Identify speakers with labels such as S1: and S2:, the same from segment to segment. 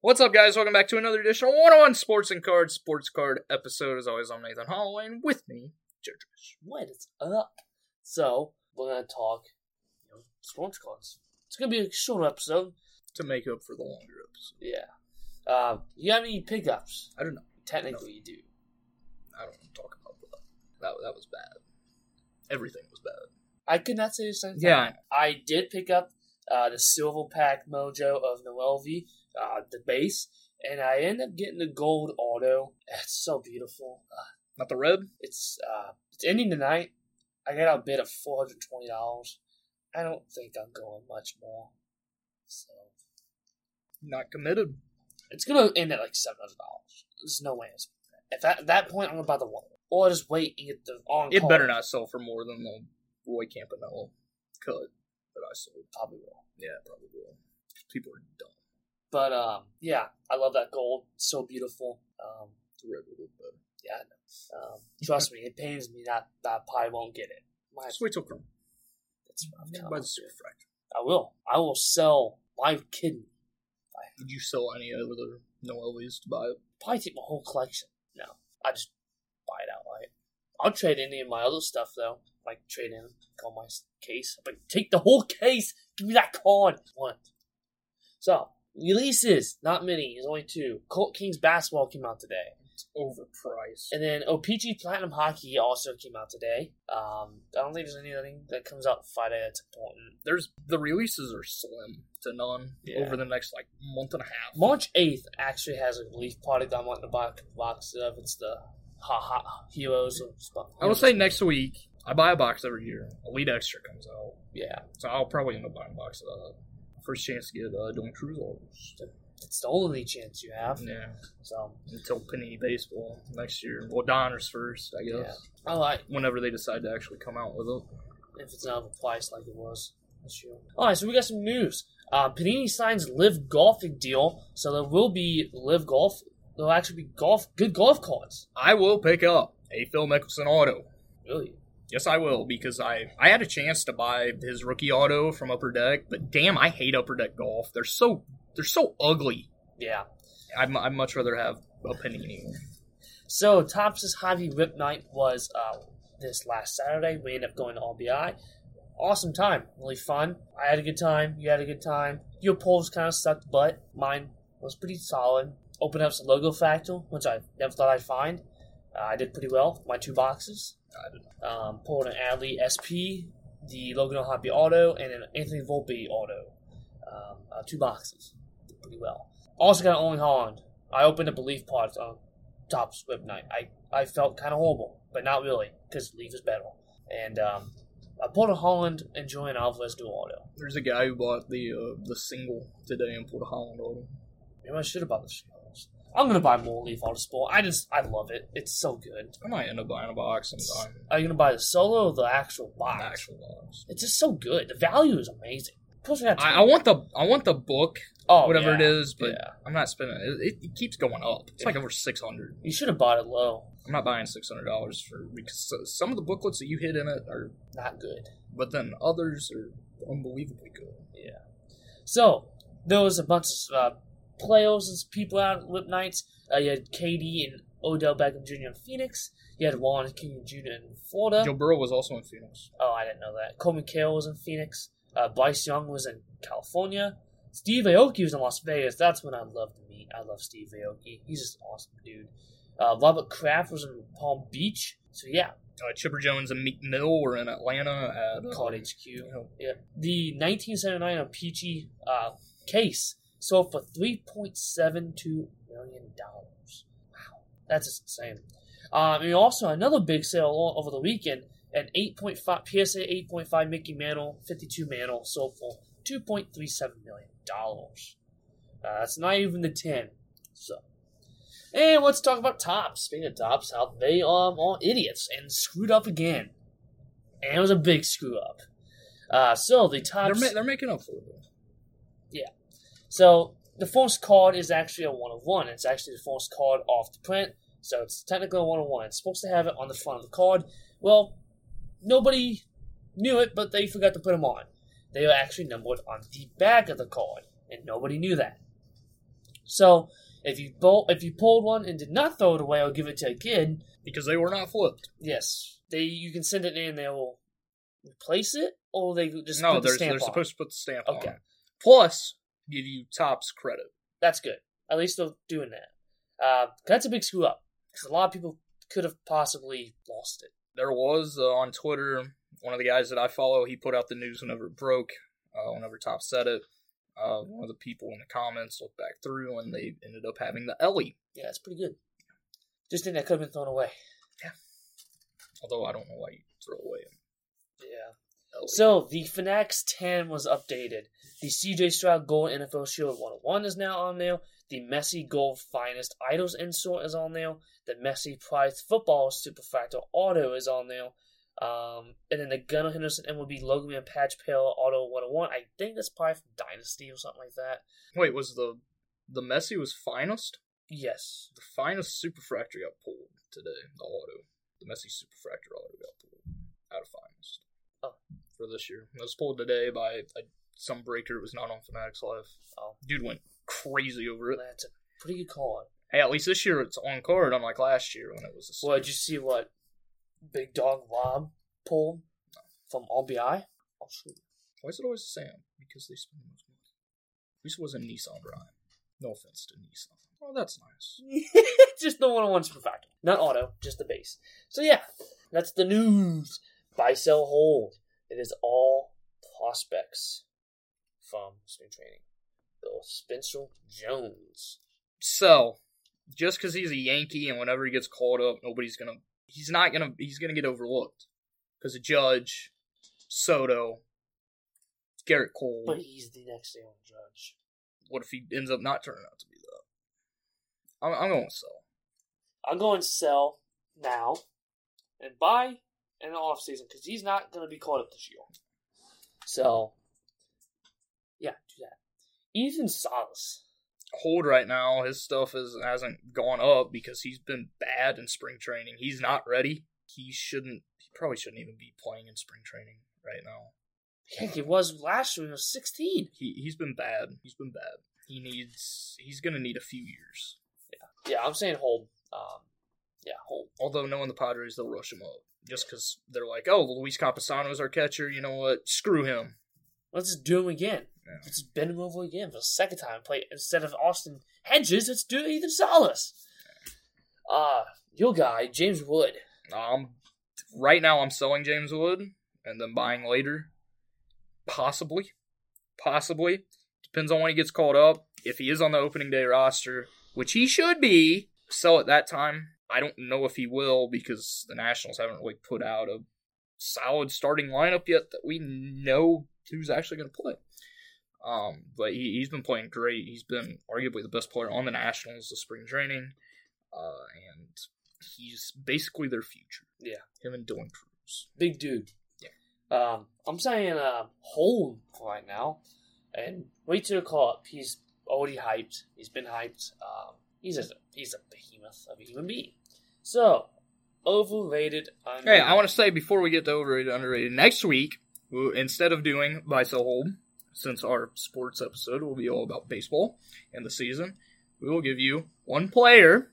S1: What's up, guys? Welcome back to another edition of One On Sports and Cards Sports Card episode. As always, I'm Nathan Holloway, and with me, Jojosh.
S2: What is up? So we're gonna talk you know, sports cards. It's gonna be a short episode.
S1: To make up for the longer episode,
S2: Yeah. Uh, you have any pickups?
S1: I don't know.
S2: Technically, you do.
S1: I don't want to talk about that. That that was bad. Everything was bad.
S2: I could not say the same. thing.
S1: Yeah.
S2: I did pick up uh, the silver pack mojo of Noel V, uh, the base, and I ended up getting the gold auto. It's so beautiful. Uh,
S1: Not the red.
S2: it's uh, it's ending tonight. I got out bid of four hundred twenty dollars. I don't think I'm going much more. So
S1: Not committed.
S2: It's gonna end at like seven hundred dollars. There's no way. It's, if at that point I'm gonna buy the one, or I'll just wait and get the on.
S1: It better not sell for more than the Roy Campanella cut that I sold.
S2: Probably will.
S1: Yeah, probably will. People are dumb.
S2: But um, yeah, I love that gold. So beautiful. Um,
S1: The red would look better.
S2: yeah, I know. Um, trust me, it pains me that that pie won't get it. My,
S1: Just wait till Chrome.
S2: that's what I'm
S1: Buy
S2: telling
S1: the super fracture.
S2: you. I will. I will sell my kidney.
S1: Did you sell any other Noel V's to buy it?
S2: Probably take my whole collection. No, I just buy it outright. I'll trade any of my other stuff though. Like trade in on my s- case, but take the whole case. Give me that card. One. So releases, not many. There's only two. Colt Kings basketball came out today,
S1: It's overpriced.
S2: and then OPG Platinum Hockey also came out today. Um, I don't think there's anything that comes out Friday that's important.
S1: there's the releases are slim to none
S2: Yeah.
S1: over the next like month and a half.
S2: March 8th actually has a relief product I'm wanting to buy a couple boxes of. It's the Ha Ha Heroes of Spot.
S1: I will say next week I buy a box every year. Elite Extra comes out,
S2: Yeah,
S1: so I'll probably end up buying a box of that. First chance to get uh, doing cruise orders.
S2: it's the only chance you have.
S1: Yeah,
S2: So,
S1: until Penny Baseball next year. Well, Donner's first, I guess.
S2: yeah. I like
S1: Whenever they decide to actually come out with it.
S2: if it's not a price like it was this year. All right, so we got some news. Uh, Panini signs Live Golfing deal, so there will be Live Golf. There'll actually be golf, good golf cards.
S1: I will pick up a Phil Mickelson auto.
S2: Really?
S1: Yes, I will because I I had a chance to buy his rookie auto from Upper Deck, but damn, I hate Upper Deck golf. They're so they're so ugly.
S2: Yeah.
S1: I'd, mu- I'd much rather have a panini.
S2: So Topps' Javi Rip Night was uh, this last Saturday. We ended up going to RBI. Awesome time, really fun. I had a good time. You had a good time. Your polls kind of sucked, but mine was pretty solid. Opened up some logo factor, which I never thought I'd find. Uh, I did pretty well. My two boxes.
S1: I did
S2: Um, pulled an Adley SP, the Logan Hobby Auto, and an Anthony Volpe Auto. Um, uh, two boxes. Did pretty well. Also got an Owen Holland. I opened up a leaf uh, pod on Topps Whip Night. I, I felt kind of horrible, but not really, because Leaf is better. And um, I pulled a Holland and Julian Alvarez dual auto.
S1: There's a guy who bought the uh, the single today and pulled a Holland on him.
S2: Maybe I should have bought the Shields. I'm gonna buy more Leaf Auto Sport. I just I love it. It's so good.
S1: I might end up buying a box sometime.
S2: Are you gonna buy the solo or the actual
S1: An
S2: box?
S1: actual box.
S2: It's just so good. The value is amazing. Plus we got
S1: I, I want the I want the book,
S2: oh,
S1: whatever it
S2: yeah.
S1: is, but
S2: yeah.
S1: I'm not spending it. It, it keeps going up. It's like over six hundred.
S2: You should have bought it low.
S1: I'm not buying six hundred dollars for because so- some of the booklets that you hit in it are,
S2: Not good.
S1: but then others are unbelievably good.
S2: So there was a bunch of uh, players and people out at Lip Knights. Uh, you had KD and Odell Beckham Jr. in Phoenix. You had Juan King Jr. in Florida.
S1: Joe Burrow was also in Phoenix.
S2: Oh, I didn't know that. Coleman Carroll was in Phoenix. Uh, Bryce Young was in California. Steve Aoki was in Las Vegas. That's when I love to meet. I love Steve Aoki. He's just an awesome dude. Uh, Robert Kraft was in Palm Beach. So yeah,
S1: Uh, Chipper Jones and Meek Mill were in Atlanta at
S2: called
S1: uh,
S2: HQ.
S1: you know,
S2: Yeah. The 1979 Peachy uh, case sold for 3.72 million dollars. Wow, that's just insane. Um, and also another big sale o- over the weekend. An 8.5 PSA 8.5 Mickey Mantle 52 Mantle sold for 2.37 million dollars. Uh, that's not even the 10. So. And let's talk about tops. Speaking of tops, how they um, are idiots and screwed up again. And it was a big screw up. Uh, so the
S1: they're
S2: tops.
S1: ma- they're making up for it.
S2: So the first card is actually a one of one. It's actually the first card off the print, so it's technically a one of one. It's supposed to have it on the front of the card. Well, nobody knew it, but they forgot to put them on. They were actually numbered on the back of the card, and nobody knew that. So if you bol- if you pulled one and did not throw it away or give it to a kid,
S1: because they were not flipped.
S2: yes, they you can send it in. They will replace it, or they just
S1: no,
S2: put the
S1: they're,
S2: stamp
S1: they're
S2: on.
S1: supposed to put the stamp
S2: Okay.
S1: on. it. Plus, give you tops credit.
S2: That's good. At least they're doing that. Uh, that's a big screw up because a lot of people could have possibly lost it.
S1: There was uh, on Twitter one of the guys that I follow. He put out the news whenever it broke. Uh, whenever Top said it, uh, one of the people in the comments looked back through and they ended up having the Ellie.
S2: Yeah, it's pretty good. Just think that could have been thrown away.
S1: Although I don't know why you throw away an
S2: Yeah.
S1: Ellie.
S2: So the Fnax 10 was updated. The CJ Stroud Gold NFL Shield 101 is now on there. The Messi Gold Finest Idols Insert is on there. The Messi Prize Football Superfractal Auto is on there. Um, and then the Gunnar Henderson MLB Logan Man Patch Pale Auto 101. I think that's probably from Dynasty or something like that.
S1: Wait, was the the Messi was finest?
S2: Yes.
S1: The finest superfractor got pulled today. The auto, the Messi superfractor auto got pulled out of finest.
S2: Oh.
S1: for this year, it was pulled today by a, some breaker. It was not on Fanatics Live.
S2: Oh.
S1: Dude went crazy over it.
S2: That's a pretty good call.
S1: Hey, at least this year it's on card, unlike last year when it was. A
S2: Well, did you see what Big Dog Rob pulled from RBI? Oh, shoot.
S1: Why is it always the same? Because they spend the most money. At least it wasn't Nissan Brian. No offense to Nissan. Oh, that's nice.
S2: just the one-on-one super factor, not auto, just the base. So yeah, that's the news. Buy, sell, hold. It is all prospects from spring training. Bill Spencer Jones.
S1: So, just because he's a Yankee and whenever he gets called up, nobody's gonna. He's not gonna. He's gonna get overlooked because a Judge, Soto, Garrett Cole.
S2: But he's the next Aaron Judge.
S1: what if he ends up not turning out to be that? I'm, I'm going to sell.
S2: I'm going sell now and buy in the off season because he's not going to be called up this year. So yeah, do that. Ethan Salas.
S1: Hold right now. His stuff is hasn't gone up because he's been bad in spring training. He's not ready. He shouldn't. He probably shouldn't even be playing in spring training right now.
S2: Heck, he was last year. He was 16.
S1: He he's been bad. He's been bad. He needs. He's going to need a few years.
S2: Yeah, I'm saying hold. Um, yeah, hold.
S1: although knowing the Padres, they'll rush him up just because they're like, oh, Luis Campesano's our catcher. You know what? Screw him.
S2: Let's just do him again.
S1: Yeah.
S2: Let's just bend him over again for the second time. and Play instead of Austin Hedges, let's do Ethan Salas. Uh, your guy, James Wood.
S1: Um, right now, I'm selling James Wood and then buying later. Possibly. Possibly. Depends on when he gets called up. If he is on the opening day roster, which he should be, sell at that time. I don't know if he will because the Nationals haven't really put out a solid starting lineup yet that we know who's actually going to play. Um, but he, he's been playing great. He's been arguably the best player on the Nationals this spring training. Uh, and he's basically their future.
S2: Yeah.
S1: Him and Dylan Cruz.
S2: Big dude. Yeah. Um, I'm saying uh, hold for right now and wait till the call up. He's already hyped. He's been hyped. Um, he's a he's a behemoth of a human being. So overrated.
S1: Hey, I want to say before we get to overrated, underrated, next week, we'll, instead of doing buy, sell, hold, since our sports episode will be all about baseball and the season, we will give you one player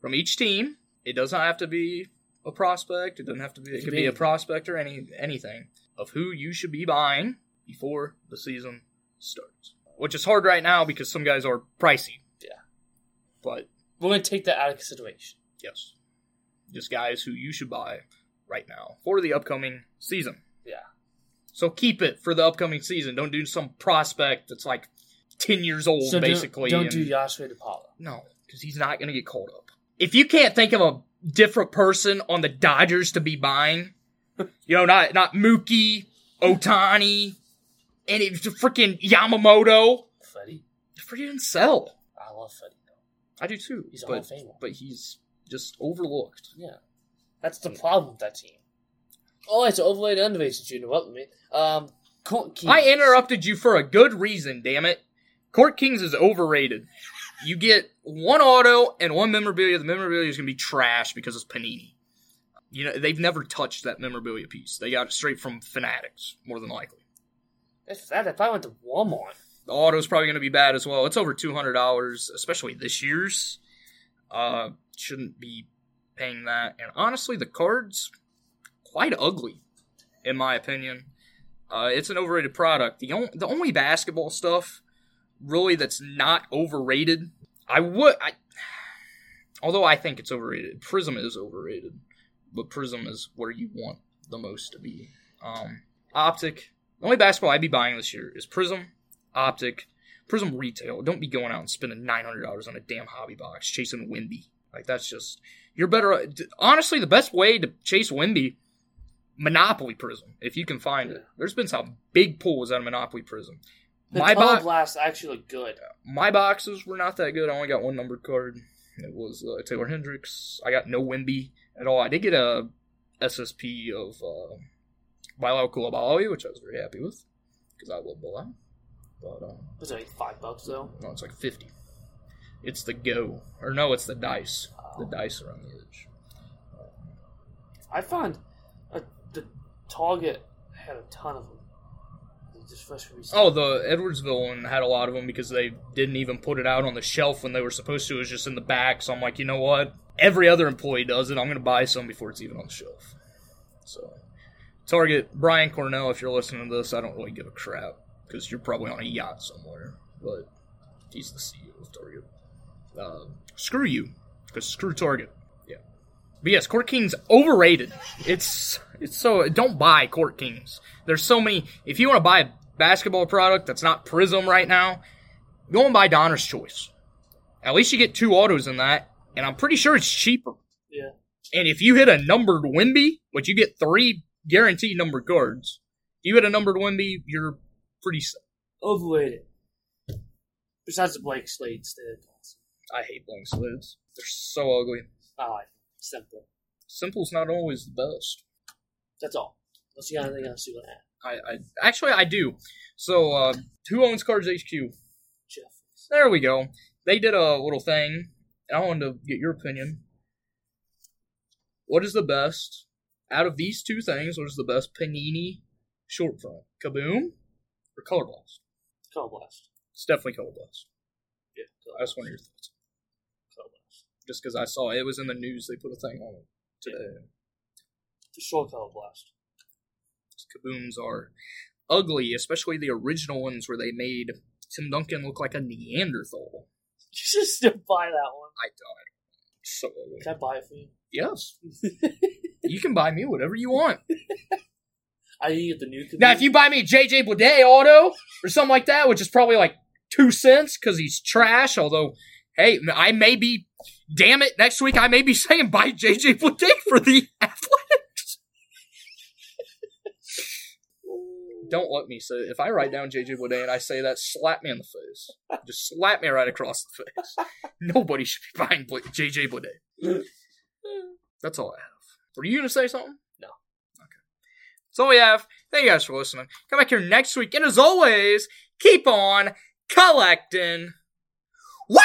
S1: from each team. It does not have to be a prospect. It doesn't have to be. It could be a prospect or any anything of who you should be buying before the season starts, which is hard right now because some guys are pricey.
S2: Yeah.
S1: but
S2: We're gonna take that out of consideration.
S1: Yes. Just guys who you should buy right now for the upcoming season.
S2: Yeah.
S1: So keep it for the upcoming season. Don't do some prospect that's like 10 years old,
S2: So
S1: basically. um,
S2: don't,
S1: and-
S2: don't do Yashua DePaulo.
S1: No, because he's not going to get called up. If you can't think of a different person on the Dodgers to be buying, you know, not, not Mookie, Otani, and it's freaking Yamamoto,
S2: Freddie,
S1: freaking sell.
S2: I love Freddie though.
S1: I do too.
S2: He's a Hall
S1: but,
S2: of Famer.
S1: but he's just overlooked.
S2: Yeah, that's
S1: Hmm.
S2: the problem with that team. Oh, it's overrated, underrated. Since you interrupted me, um, Colt Keith.
S1: I interrupted you for a good reason, damn it. Court Kings is overrated. You get one auto and one memorabilia. The memorabilia is going to be trash because it's Panini. You know, they've never touched that memorabilia piece. They got it straight from Fanatics, more than likely.
S2: If that, if I went to Walmart,
S1: The auto's probably going to be bad as well. It's over two hundred dollars, especially this year's. Uh, shouldn't be paying that. And honestly, the card's quite ugly, in my opinion. Uh, it's an overrated product. The only the only basketball stuff really that's not overrated. I would I although I think it's overrated. Prism is overrated, but Prism is where you want the most to be. Um, Optic. The only basketball I'd be buying this year is Prism, Optic, Prism Retail. Don't be going out and spending nine hundred dollars on a damn hobby box chasing Wimby. Like that's just you're better. Honestly, the best way to chase Wimby, Monopoly Prism, if you can find it. There's been some big pulls out of Monopoly Prism.
S2: The
S1: My
S2: tunnel
S1: box,
S2: blasts actually look good.
S1: my boxes were not that good. I only got one numbered card. It was uh, Taylor Hendricks. I got no Wimby at all. I did get a SSP of uh, Bilal Koulibaly, which I was very happy with because I love Bilal. But um,
S2: Was it like five bucks though?
S1: no, it's like fifty. It's the go, or no, it's the dice. The dice are on the edge.
S2: Um, I found uh the Target had a ton of them. They just fresh released.
S1: Oh, the Edwardsville one had a lot of them because they didn't even put it out on the shelf when they were supposed to. It was just in the back. So I'm like, you know what? Every other employee does it. I'm going to buy some before it's even on the shelf. So, Target, Brian Cornell, if you're listening to this, I don't really give a crap because you're probably on a yacht somewhere. But he's the CEO of Target. Uh, screw you because screw Target. Yeah. But yes, Court King's overrated. It's it's so don't buy Court Kings. There's so many. If you want to buy a basketball product that's not Prism right now, go and buy Donner's Choice. At least you get two autos in that, and I'm pretty sure it's cheaper.
S2: Yeah.
S1: And if you hit a numbered Wimby, but you get three guaranteed numbered cards, you hit a numbered Wimby, you're pretty. set.
S2: Overrated. Besides the Blake Slade still.
S1: I hate blank slids. They're so ugly.
S2: Ah, simple.
S1: Simple's not always the best.
S2: That's all. Unless you got anything else you want to add.
S1: I, I actually I do. So uh, who owns Cards HQ?
S2: Jeff.
S1: There we go. They did a little thing, and I wanted to get your opinion. What is the best out of these two things? What is the best Panini short film? Kaboom or Color Blast?
S2: Color blast.
S1: It's definitely Color Blast.
S2: Yeah.
S1: I just wanted your thoughts.
S2: Color blast.
S1: Just because I saw it. it was in the news, they put a thing on it today.
S2: For sure, color blast.
S1: Kabooms are ugly, especially the original ones where they made Tim Duncan look like a Neanderthal.
S2: You should still buy that one.
S1: I died. So ugly.
S2: Can I buy it for you?
S1: Yes. you can buy me whatever you want.
S2: I need to get the new.
S1: Now, if you buy me a JJ Blade auto or something like that, which is probably like two cents because he's trash, although, hey, I may be, damn it, next week I may be saying buy JJ Blade for the athletics. Don't let me say If I write down JJ Blade and I say that, slap me in the face. Just slap me right across the face. Nobody should be buying Bla- JJ Blade. That's all I have. Were you going to say something?
S2: No.
S1: Okay. That's all we have. Thank you guys for listening. Come back here next week. And as always, keep on collecting. Wow!